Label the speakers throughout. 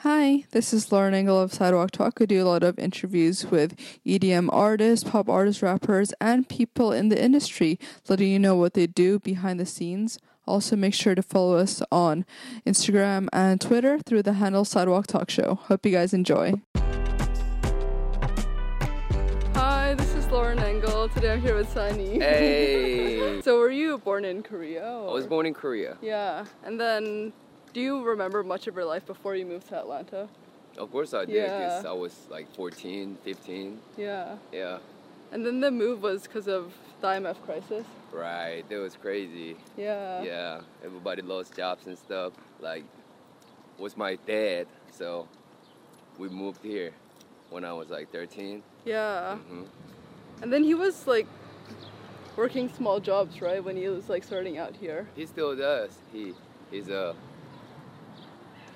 Speaker 1: Hi, this is Lauren Engel of Sidewalk Talk. We do a lot of interviews with EDM artists, pop artists, rappers, and people in the industry, letting you know what they do behind the scenes. Also, make sure to follow us on Instagram and Twitter through the handle Sidewalk Talk Show. Hope you guys enjoy. Hi, this is Lauren Engel. Today I'm here with Sunny.
Speaker 2: Hey!
Speaker 1: So, were you born in Korea?
Speaker 2: I was born in Korea.
Speaker 1: Yeah, and then do you remember much of your life before you moved to Atlanta?
Speaker 2: Of course I did,
Speaker 1: Yeah.
Speaker 2: because I was like 14, 15.
Speaker 1: Yeah.
Speaker 2: Yeah,
Speaker 1: And then the move was because of the IMF crisis.
Speaker 2: right. That was crazy.
Speaker 1: Yeah.
Speaker 2: Yeah, everybody lost jobs and stuff. Like, was my dad, so we moved here when I was like 13.
Speaker 1: Yeah.
Speaker 2: hmm
Speaker 1: And then he was like working small jobs, right? When he was like starting out here.
Speaker 2: He still does. He he's a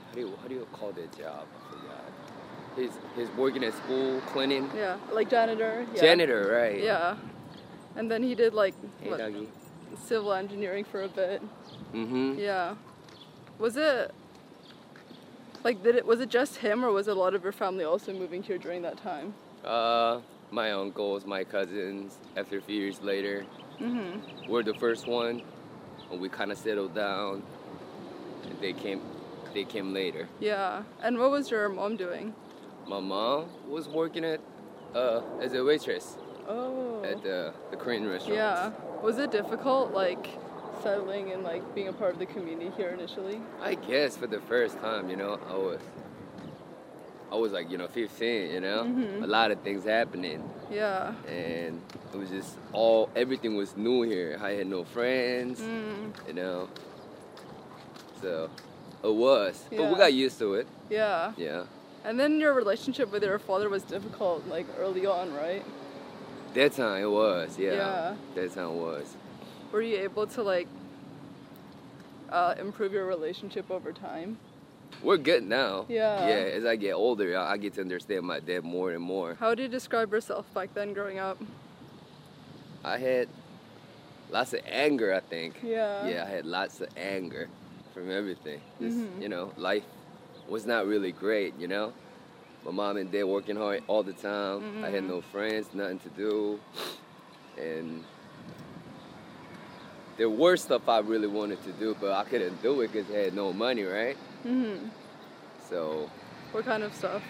Speaker 2: how do you, how do you call that job? I forgot. He's he's working at school, cleaning,
Speaker 1: Yeah. Like janitor. Yeah.
Speaker 2: janitor, right?
Speaker 1: Yeah. And then he did like
Speaker 2: Hey,
Speaker 1: what,
Speaker 2: doggy.
Speaker 1: civil engineering for a bit.
Speaker 2: Mm-hmm.
Speaker 1: Yeah. Was it like did it was it just him or was a lot of your family also moving here during that time?
Speaker 2: Uh, my uncles, my cousins. After a few years later,
Speaker 1: Mm-hmm.
Speaker 2: we're the first one, and we kind of settled down. And they came, they came later.
Speaker 1: Yeah. And what was your mom doing?
Speaker 2: My mom was working at, uh, as a waitress
Speaker 1: Oh.
Speaker 2: at the, the Korean restaurant.
Speaker 1: Yeah. Was it difficult, like, settling and, like, being a part of the community here initially?
Speaker 2: I guess for the first time, you know, I was, I was like, you know, 15. You know,
Speaker 1: Mhm.
Speaker 2: a lot of things happening,
Speaker 1: Yeah.
Speaker 2: and it was just all everything was new here. I had no friends.
Speaker 1: Mm,
Speaker 2: you know. So it was, but
Speaker 1: Yeah.
Speaker 2: we got used to it.
Speaker 1: yeah.
Speaker 2: Yeah,
Speaker 1: And then your relationship with your father was difficult, like, early on, right?
Speaker 2: that time it was. Yeah,
Speaker 1: Yeah.
Speaker 2: that time it was.
Speaker 1: Were you able to, like, uh, improve your relationship over time?
Speaker 2: We're good now.
Speaker 1: Yeah.
Speaker 2: Yeah. As I get older, I, I get to understand my dad more and more.
Speaker 1: How do you describe yourself back then growing up?
Speaker 2: I had lots of anger. I think.
Speaker 1: Yeah.
Speaker 2: Yeah, I had lots of anger from everything. Just,
Speaker 1: Mhm.
Speaker 2: You know, life was not really great. You know, my mom and dad working hard all the time. I had
Speaker 1: Mhm.
Speaker 2: no friends, nothing to do, and there were stuff I really wanted to do, but I couldn't do it because I had no money, right?
Speaker 1: Mm-hmm.
Speaker 2: So
Speaker 1: What kind of stuff?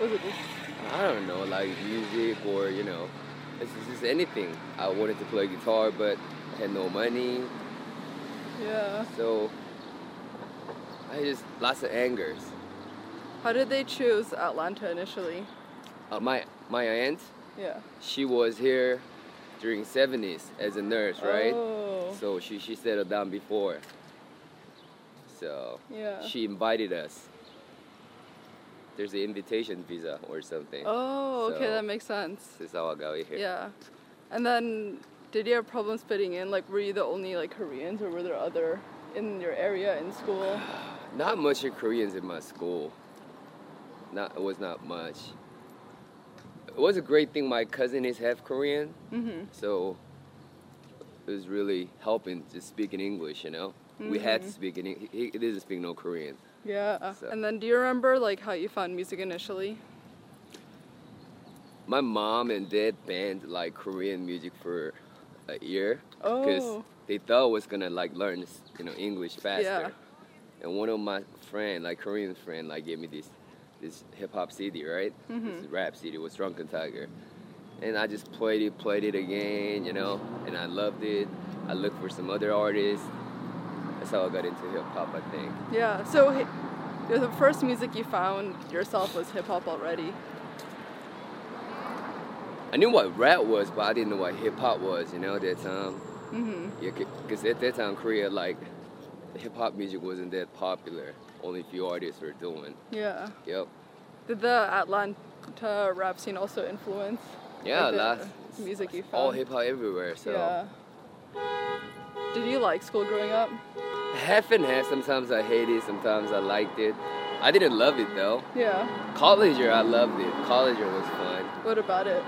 Speaker 1: Was it just...
Speaker 2: I don't know, like music or you know, it's just- just anything. I wanted to play guitar, but I had no money.
Speaker 1: Yeah.
Speaker 2: So I just lots of angers.
Speaker 1: How did they choose Atlanta initially?
Speaker 2: Uh, my my aunt,
Speaker 1: Yeah.
Speaker 2: she was here during 70s as a nurse, right?
Speaker 1: Oh.
Speaker 2: So she she settled down before. So
Speaker 1: yeah.
Speaker 2: she invited us. There's an invitation visa or something.
Speaker 1: Oh, okay,
Speaker 2: So-
Speaker 1: that makes sense.
Speaker 2: This is how I got here.
Speaker 1: Yeah. And then, did you have problems fitting in? Like, were you the only like Koreans, or were there other in your area in school?
Speaker 2: Not much of Koreans in my school. Not it was not much. It was a great thing my cousin is half Korean,
Speaker 1: Mm-hmm.
Speaker 2: so it was really helping just speaking English, you know. We had to speak in Eng- he, he doesn't speak no Korean.
Speaker 1: Yeah.
Speaker 2: So-
Speaker 1: And then, do you remember like how you found music initially?
Speaker 2: My mom and dad banned like Korean music for a year because
Speaker 1: Oh.
Speaker 2: they thought I was gonna like learn you know English faster.
Speaker 1: Yeah.
Speaker 2: And one of my friend, like Korean friend, like gave me this this hip hop CD, right?
Speaker 1: Mm-hmm.
Speaker 2: This rap CD was Drunken Tiger, and I just played it, played it again, you know, and I loved it. I looked for some other artists. That's how I got into hip hop, I think.
Speaker 1: Yeah. So, hi- the the first music you found yourself was hip hop already.
Speaker 2: I knew what rap was, but I didn't know what hip hop was, you know, at that time.
Speaker 1: Mm-hmm.
Speaker 2: Yeah, because at that time, Korea, like, hip hop music wasn't that popular. Only a few artists were doing.
Speaker 1: Yeah.
Speaker 2: Yep.
Speaker 1: Did the Atlanta rap scene also influence?
Speaker 2: Yeah,
Speaker 1: like, the
Speaker 2: lots.
Speaker 1: music you
Speaker 2: All
Speaker 1: found.
Speaker 2: hip hop everywhere, so.
Speaker 1: Yeah. Did you like school growing up?
Speaker 2: Half and half. Sometimes I hated it, sometimes I liked it. I didn't love it, though.
Speaker 1: Yeah.
Speaker 2: College year, I loved it. College year was fun.
Speaker 1: What about it?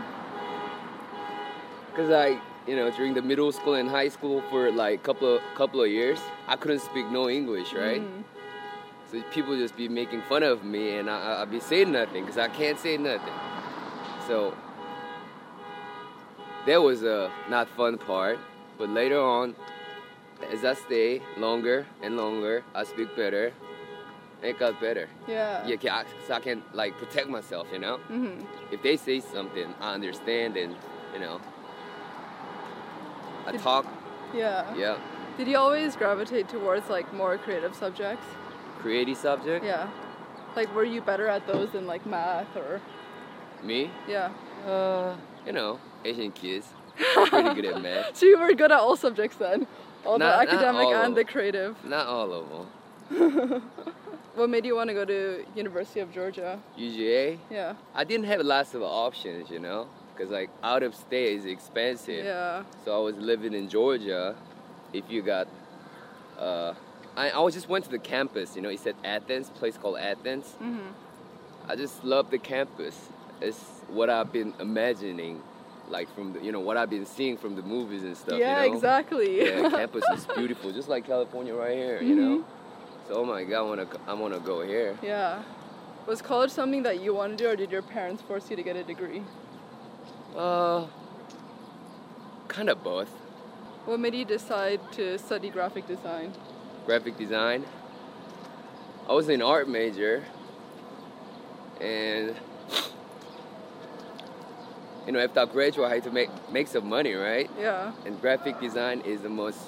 Speaker 2: Because I, you know, during the middle school and high school for like couple of, couple of years, I couldn't speak no English, right?
Speaker 1: Mhm.
Speaker 2: So So people just be making fun of me, and I, I, I be saying nothing because I can't say nothing. So that was a not fun part. But later on, as I stay longer and longer, I speak better. It got better.
Speaker 1: Yeah.
Speaker 2: Yeah, 'cause I, so I can like protect myself, you know.
Speaker 1: hmm
Speaker 2: If they say something, I understand, and you know, I
Speaker 1: Did-
Speaker 2: talk.
Speaker 1: Yeah.
Speaker 2: Yeah,
Speaker 1: Did you always gravitate towards like more creative subjects?
Speaker 2: creative subject.
Speaker 1: Yeah. Like, were you better at those than like math or?
Speaker 2: Me,
Speaker 1: Yeah.
Speaker 2: uh, you know, Asian kids, I'm pretty good at math.
Speaker 1: So you were good at all subjects then, all
Speaker 2: Not- not
Speaker 1: the academic
Speaker 2: all of
Speaker 1: and the
Speaker 2: them.
Speaker 1: creative.
Speaker 2: Not all of them.
Speaker 1: What made you want to go to University of Georgia?
Speaker 2: UGA,
Speaker 1: Yeah.
Speaker 2: I didn't have lots of options, you know, because like out of state is expensive.
Speaker 1: Yeah.
Speaker 2: So I was living in Georgia. If you got, uh, I, I was just went to the campus. You know, it said Athens, place called Athens.
Speaker 1: Mhm.
Speaker 2: I just love the campus. It's what I've been imagining, like from the, you know what I've been seeing from the movies and stuff.
Speaker 1: yeah.
Speaker 2: you know?
Speaker 1: Exactly.
Speaker 2: Yeah, campus is beautiful, just like California right here. You know.
Speaker 1: Mm-hmm.
Speaker 2: So oh my God, I wanna c- I wanna go here.
Speaker 1: Yeah. Was college something that you wanted to do, or did your parents force you to get a degree?
Speaker 2: Uh, kind of both.
Speaker 1: What made you decide to study graphic design?
Speaker 2: graphic design. I was an art major, and you know, after I graduated, I had to make make some money, right?
Speaker 1: Yeah.
Speaker 2: And graphic design is the most,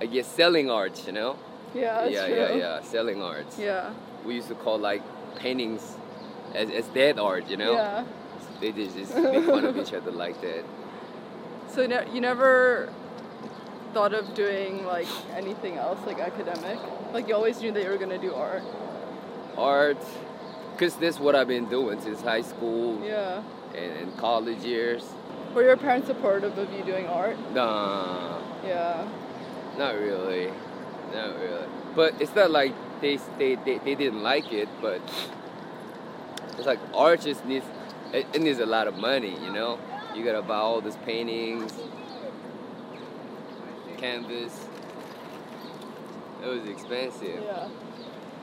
Speaker 2: I guess, selling arts. You know?
Speaker 1: Yeah.
Speaker 2: yeah,
Speaker 1: Oh, true.
Speaker 2: yeah, yeah, selling arts.
Speaker 1: Yeah.
Speaker 2: We used to call like paintings as, as dead art. You know?
Speaker 1: Yeah.
Speaker 2: They just, just make fun of each other like that.
Speaker 1: So ne- you never thought of doing like anything else, like academic. Like you always knew that you were gonna do art.
Speaker 2: Art, cause that's what I've been doing since high school
Speaker 1: Yeah.
Speaker 2: and, and college years.
Speaker 1: Were your parents supportive of you doing art?
Speaker 2: Nah,
Speaker 1: Yeah.
Speaker 2: not really, not really. But it's not like they they they, they didn't like it, but it's like art just needs it, it needs a lot of money, you know. You gotta buy all these paintings, canvas. It was expensive.
Speaker 1: Yeah.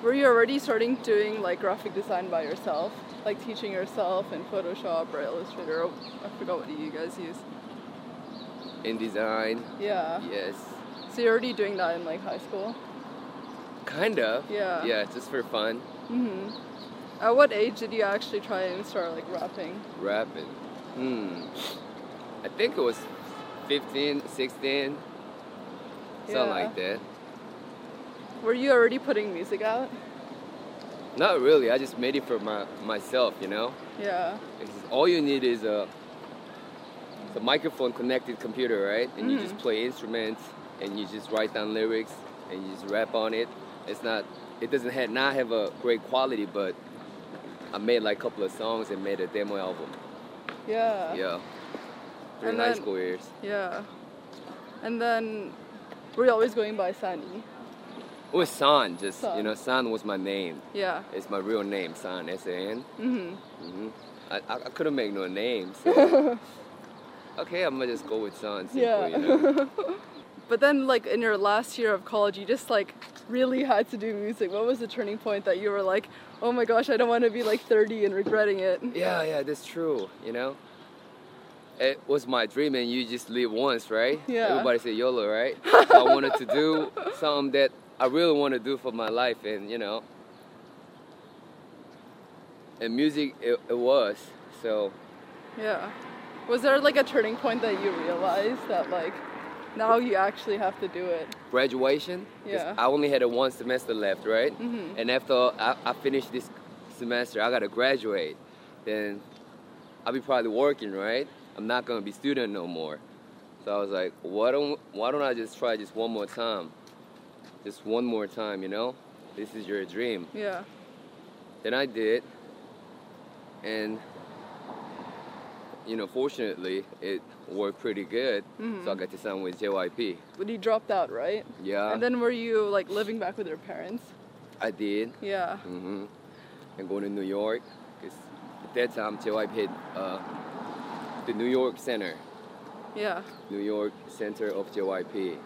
Speaker 1: Were you already starting doing like graphic design by yourself, like teaching yourself in Photoshop or Illustrator? Or I forgot what you guys use.
Speaker 2: In design,
Speaker 1: Yeah.
Speaker 2: yes,
Speaker 1: So you're already doing that in like high school.
Speaker 2: kind of.
Speaker 1: Yeah.
Speaker 2: Yeah, just for fun,
Speaker 1: hmm At what age did you actually try and start like rapping?
Speaker 2: rapping. Hmm. I think it was 15, 16, something
Speaker 1: Yeah.
Speaker 2: like that.
Speaker 1: Were you already putting music out?
Speaker 2: Not really. I just made it for my myself, you know.
Speaker 1: Yeah.
Speaker 2: It's just- all you need is a, it's a microphone connected computer, right? And you
Speaker 1: Mm.
Speaker 2: just play instruments and you just write down lyrics and you just rap on it. It's not. It doesn't have not have a great quality, but I made like a couple of songs and made a demo album.
Speaker 1: Yeah.
Speaker 2: Yeah. During
Speaker 1: And
Speaker 2: high
Speaker 1: then-
Speaker 2: school years.
Speaker 1: Yeah. And then were you always going by Sunny?
Speaker 2: It was San, just you
Speaker 1: San.
Speaker 2: know, San was my name.
Speaker 1: Yeah.
Speaker 2: It's my real name, San S A N.
Speaker 1: Mm-hmm.
Speaker 2: hmm I, I, I couldn't make no name, so okay, I'm gonna just go with San. Simple,
Speaker 1: Yeah.
Speaker 2: You know?
Speaker 1: But then like in your last year of college you just like really had to do music. What was the turning point that you were like, Oh my gosh, I don't want to be like thirty and regretting it?
Speaker 2: Yeah, yeah, that's true. You know, it was my dream, and you just live once, right?
Speaker 1: Yeah.
Speaker 2: Everybody say YOLO, right? so I wanted to do something that I really want to do for my life, and you know, and music it, it was. So
Speaker 1: Yeah. Was there like a turning point that you realized that like now you actually have to do it?
Speaker 2: graduation. 'cause
Speaker 1: Yeah. Mm-hmm.
Speaker 2: I only had a one semester left, right? And after I, I finish this semester, I gotta graduate. Then I'll be probably working, right? I'm not gonna be student no more. So I was like, why don't why don't I just try just one more time? Just one more time, you know? This is your dream.
Speaker 1: Yeah.
Speaker 2: Then I did, and you know, fortunately, it worked pretty good. So I
Speaker 1: Mm-hmm.
Speaker 2: got to sign with JYP.
Speaker 1: But you dropped out, right?
Speaker 2: Yeah,
Speaker 1: and then were you like living back with your parents?
Speaker 2: I did.
Speaker 1: Yeah.
Speaker 2: hmm And going to New York, because at that time, JYP hit uh, the New York Center,
Speaker 1: Yeah.
Speaker 2: New York Center of JYP.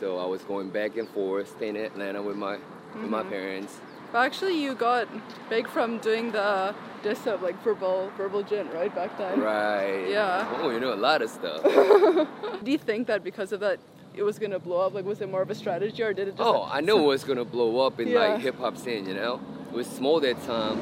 Speaker 2: So I was going back and forth, staying in Atlanta with my with my parents.
Speaker 3: But actually, you got big from doing the disc up, like verbal verbal gent, right back then.
Speaker 2: Right.
Speaker 3: Yeah.
Speaker 2: Oh, you know a lot of stuff.
Speaker 3: Do you think that because of that, it was gonna blow up? Like, was it more of a strategy, or did it just?
Speaker 2: oh, I know what's gonna blow up in
Speaker 3: Yeah.
Speaker 2: like hip hop scene, you know? It was small that time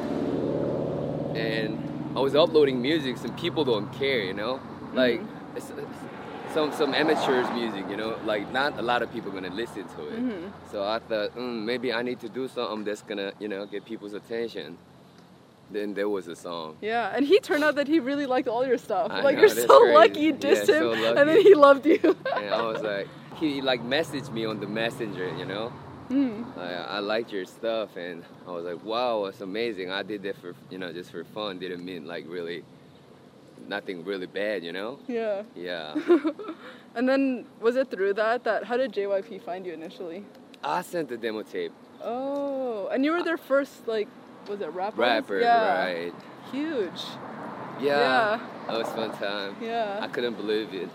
Speaker 2: and I was uploading music, some people don't care, you know? Like
Speaker 3: Mm-hmm.
Speaker 2: it's, it's some some amateurs music, you know, like not a lot of people gonna listen to it.
Speaker 3: Mm-hmm.
Speaker 2: So I thought, mm, maybe I need to do something that's gonna, you know, get people's attention. Then there was a song.
Speaker 3: Yeah, and he turned out that he really liked all your stuff.
Speaker 2: I
Speaker 3: like
Speaker 2: know,
Speaker 3: you're
Speaker 2: that's
Speaker 3: so
Speaker 2: crazy.
Speaker 3: lucky you
Speaker 2: Yeah,
Speaker 3: dissed him,
Speaker 2: so
Speaker 3: and then
Speaker 2: lucky.
Speaker 3: he loved you.
Speaker 2: and I was like, he like messaged me on the messenger, you know.
Speaker 3: Hmm.
Speaker 2: Like, I liked your stuff, and I was like, wow, it's amazing. I did that for you know just for fun. Didn't mean like really, nothing really bad, you know.
Speaker 3: yeah.
Speaker 2: Yeah,
Speaker 3: And then was it through that that how did JYP find you initially?
Speaker 2: I sent the demo tape.
Speaker 3: Oh, and you were their first like was it rapper?
Speaker 2: Rapper,
Speaker 3: yeah.
Speaker 2: right?
Speaker 3: Huge.
Speaker 2: Yeah,
Speaker 3: Yeah.
Speaker 2: that was fun time. I
Speaker 3: Yeah.
Speaker 2: couldn't believe it.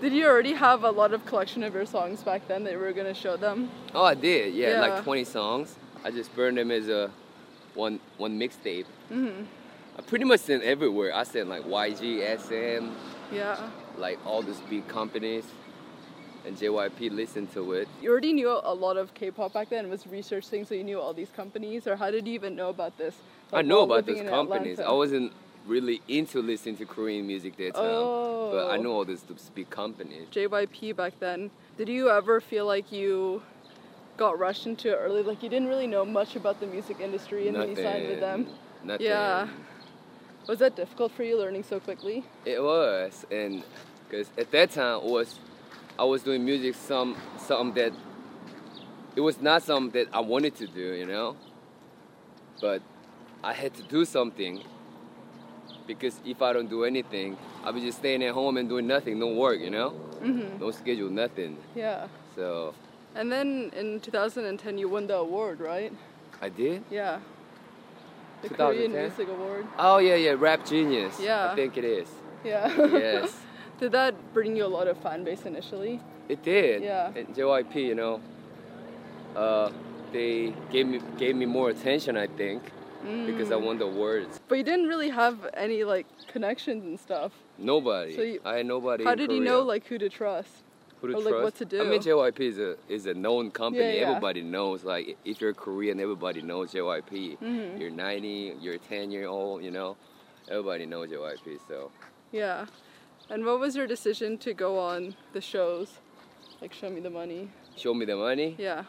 Speaker 3: Did you already have a lot of collection of your songs back then that you were gonna show them?
Speaker 2: Oh, I did. Yeah,
Speaker 3: Yeah.
Speaker 2: like 20 songs. I just burned them as a one one mixtape.
Speaker 3: Mm-hmm.
Speaker 2: I pretty much sent everywhere. I sent like YG, SM,
Speaker 3: Yeah.
Speaker 2: like all these big companies and JYP listened to it.
Speaker 3: You already knew a lot of K-pop back then. Was researching, so you knew all these companies, or how did you even know about this?
Speaker 2: I
Speaker 3: Like,
Speaker 2: know
Speaker 3: while
Speaker 2: about
Speaker 3: living
Speaker 2: those
Speaker 3: in
Speaker 2: companies.
Speaker 3: Atlanta?
Speaker 2: I wasn't really into listening to Korean music that time, but I
Speaker 3: Oh.
Speaker 2: know all these these big companies.
Speaker 3: JYP back then, did you ever feel like you got rushed into it early? Like you didn't really know much about the music industry and then you signed with them?
Speaker 2: Nothing.
Speaker 3: Yeah. Was that difficult for you learning so quickly?
Speaker 2: It was, and because at that time it was, I was doing music some something that it was not something that I wanted to do, you know. But I had to do something because if I don't do anything, I'll be just staying at home and doing nothing, no work, you know, no schedule, nothing.
Speaker 3: Yeah.
Speaker 2: So
Speaker 3: And then in 2010, you won the award, right?
Speaker 2: I did.
Speaker 3: Yeah. The Korean
Speaker 2: 2010?
Speaker 3: Music Award.
Speaker 2: Oh yeah, yeah, rap genius.
Speaker 3: Yeah.
Speaker 2: I think it is.
Speaker 3: Yeah.
Speaker 2: Yes.
Speaker 3: did that bring you a lot of fan base initially?
Speaker 2: It did.
Speaker 3: Yeah.
Speaker 2: And JYP, you know, uh, they gave me gave me more attention, I think, because
Speaker 3: Mm.
Speaker 2: I won the awards.
Speaker 3: But you didn't really have any like connections and stuff.
Speaker 2: Nobody.
Speaker 3: So you-
Speaker 2: I had nobody.
Speaker 3: How
Speaker 2: in
Speaker 3: did you
Speaker 2: Korea
Speaker 3: know like who to trust?
Speaker 2: who to
Speaker 3: or, like, what
Speaker 2: trust.
Speaker 3: to
Speaker 2: I mean,
Speaker 3: do?
Speaker 2: JYP is a is a known company.
Speaker 3: yeah.
Speaker 2: Everybody knows. Like, if you're Korean, everybody knows JYP.
Speaker 3: Mm-hmm.
Speaker 2: You're 90, you're 10 year old. You know, everybody knows JYP. So
Speaker 3: Yeah. And what was your decision to go on the shows? Like show me the money.
Speaker 2: show me the money.
Speaker 3: Yeah.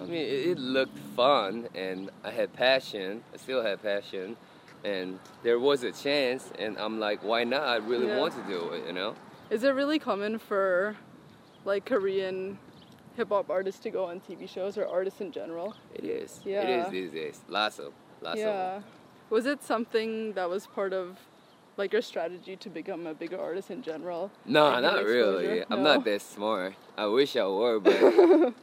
Speaker 2: I mean, it, it looked fun, and I had passion. I still had passion, and there was a chance, and I'm like, why not? I really
Speaker 3: Yeah.
Speaker 2: want to do it, you know.
Speaker 3: Is it really common for like Korean hip hop artists to go on TV shows or artists in general?
Speaker 2: It is. It
Speaker 3: Yeah.
Speaker 2: is these days. Lots of, lots
Speaker 3: yeah.
Speaker 2: of.
Speaker 3: Was it something that was part of like your strategy to become a bigger artist in general?
Speaker 2: No,
Speaker 3: Like,
Speaker 2: not
Speaker 3: your
Speaker 2: really.
Speaker 3: exposure?
Speaker 2: I'm
Speaker 3: No.
Speaker 2: not that smart. I wish I were, but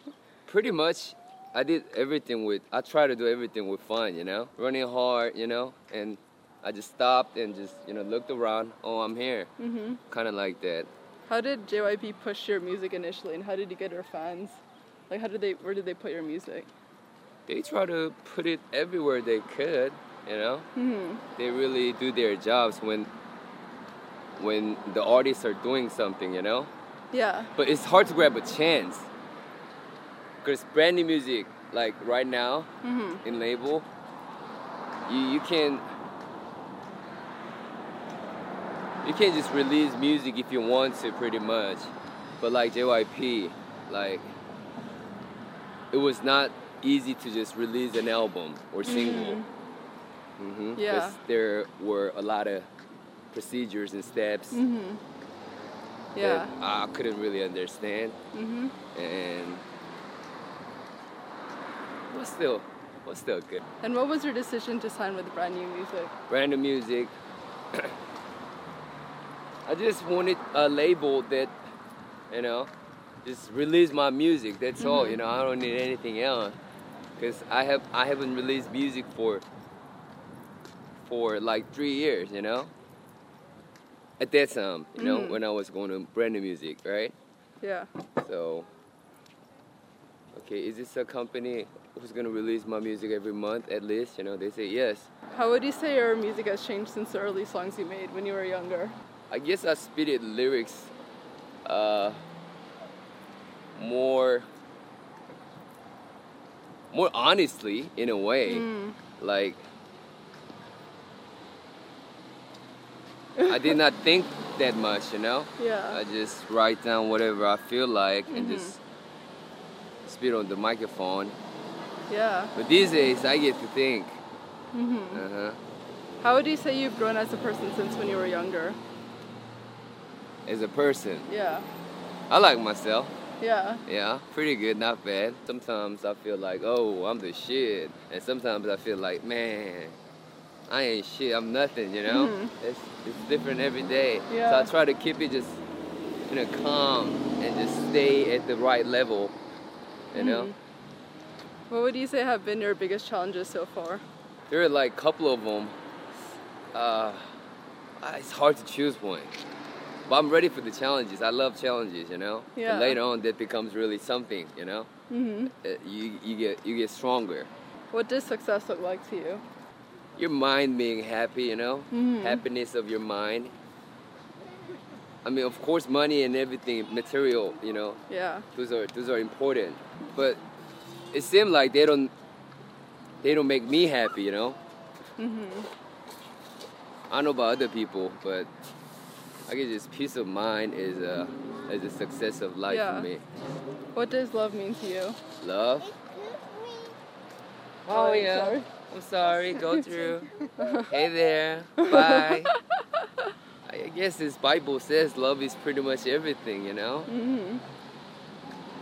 Speaker 2: pretty much, I did everything with. I try to do everything with fun, you know, running hard, you know, and I just stopped and just you know looked around. Oh, I'm here. Mm-hmm. Kind of like that.
Speaker 3: How did JYP push your music initially and how did you get your fans? Like how did they where did they put your music?
Speaker 2: they try to put it everywhere they could you know they really do their jobs when when the artists are doing something you know
Speaker 3: Yeah.
Speaker 2: but it's hard to grab a chance because brand new music like right now in label you, you can you can't just release music if you want to pretty much but like jyp like it was not easy to just release an album or single Mhm. 'Cause
Speaker 3: Yeah.
Speaker 2: there were a lot of procedures and steps
Speaker 3: Yeah.
Speaker 2: that I couldn't really understand. And was still was still good.
Speaker 3: And what was your decision to sign with brand new music?
Speaker 2: Random music. I just wanted a label that, you know, just release my music. That's all. You know, I don't need anything else. Cause I have I haven't released music for for like three years. You know. At that time, you know, when I was going to brand new music, right?
Speaker 3: Yeah.
Speaker 2: So okay, is this a company who's gonna release my music every month at least? You know, they say yes.
Speaker 3: How would you say your music has changed since the early songs you made when you were younger?
Speaker 2: I guess I spitted lyrics uh, more more honestly in a way. Like I did not think that much, you know?
Speaker 3: Yeah.
Speaker 2: I just write down whatever I feel like and just spit on the microphone.
Speaker 3: Yeah.
Speaker 2: But these days I get to think. Uh-huh.
Speaker 3: How would you say you've grown as a person since when you were younger?
Speaker 2: As a person.
Speaker 3: Yeah.
Speaker 2: I like myself.
Speaker 3: Yeah.
Speaker 2: Yeah, pretty good, not bad. Sometimes I feel like, oh, I'm the shit. And sometimes I feel like, man, I ain't shit, I'm nothing, you know? It's, it's different every day. So
Speaker 3: Yeah.
Speaker 2: I try to keep it just, you know, calm and just stay at the right level, you know?
Speaker 3: What would you say have been your biggest challenges so far?
Speaker 2: There are like a couple of them. Uh, I- it's hard to choose one. But I'm ready for the challenges. I love challenges, you know?
Speaker 3: Yeah.
Speaker 2: And later on, that becomes really something, you know?
Speaker 3: Mm-hmm.
Speaker 2: Uh, you, you, get, you get stronger.
Speaker 3: What does success look like to you?
Speaker 2: your mind being happy, you know,
Speaker 3: Mm-hmm.
Speaker 2: happiness of your mind. I mean, of course, money and everything, material, you know,
Speaker 3: Yeah.
Speaker 2: those are those are important. But it seemed like they don't they don't make me happy, you know.
Speaker 3: Mm-hmm.
Speaker 2: I don't know about other people, but I guess just peace of mind is a is a success of life
Speaker 3: Yeah.
Speaker 2: for me.
Speaker 3: What does love mean to you?
Speaker 2: Love.
Speaker 3: Oh, I'm sorry.
Speaker 2: I'm sorry, go through. hey there, bye. I guess this Bible says love is pretty much everything, you know? Mm-hmm.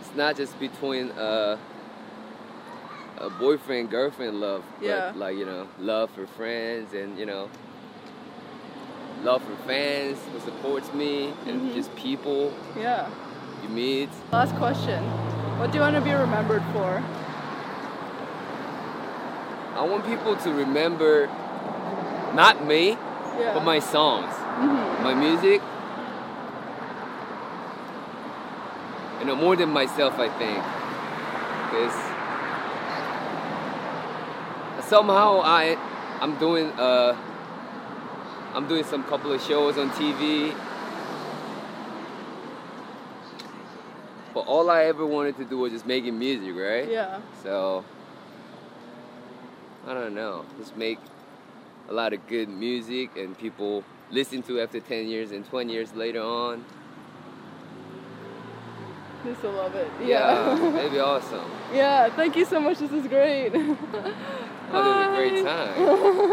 Speaker 2: It's not just between uh, a boyfriend, girlfriend love,
Speaker 3: Yeah.
Speaker 2: but like, you know, love for friends and, you know, love for fans who supports me and just people
Speaker 3: Yeah.
Speaker 2: you meet.
Speaker 3: Last question. What do you want to be remembered for?
Speaker 2: I want people to remember not me,
Speaker 3: Yeah. Mm-hmm.
Speaker 2: but my songs, my music, you know, more than myself, I think, because somehow I, I'm doing, uh, I'm doing some couple of shows on TV. But all I ever wanted to do was just making music, right?
Speaker 3: Yeah.
Speaker 2: So I don't know. Just make a lot of good music and people listen to after 10 years and 20 years later on.
Speaker 3: You still love it.
Speaker 2: that'd be awesome.
Speaker 3: Yeah, thank you so much. This is great.
Speaker 2: Oh, this is a great time.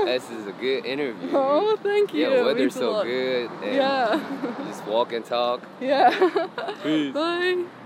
Speaker 2: this is a good interview.
Speaker 3: oh, thank you.
Speaker 2: yeah,
Speaker 3: It
Speaker 2: weather's
Speaker 3: means a
Speaker 2: so
Speaker 3: lot.
Speaker 2: good. And
Speaker 3: Yeah.
Speaker 2: Just walk and talk.
Speaker 3: Yeah. Bye.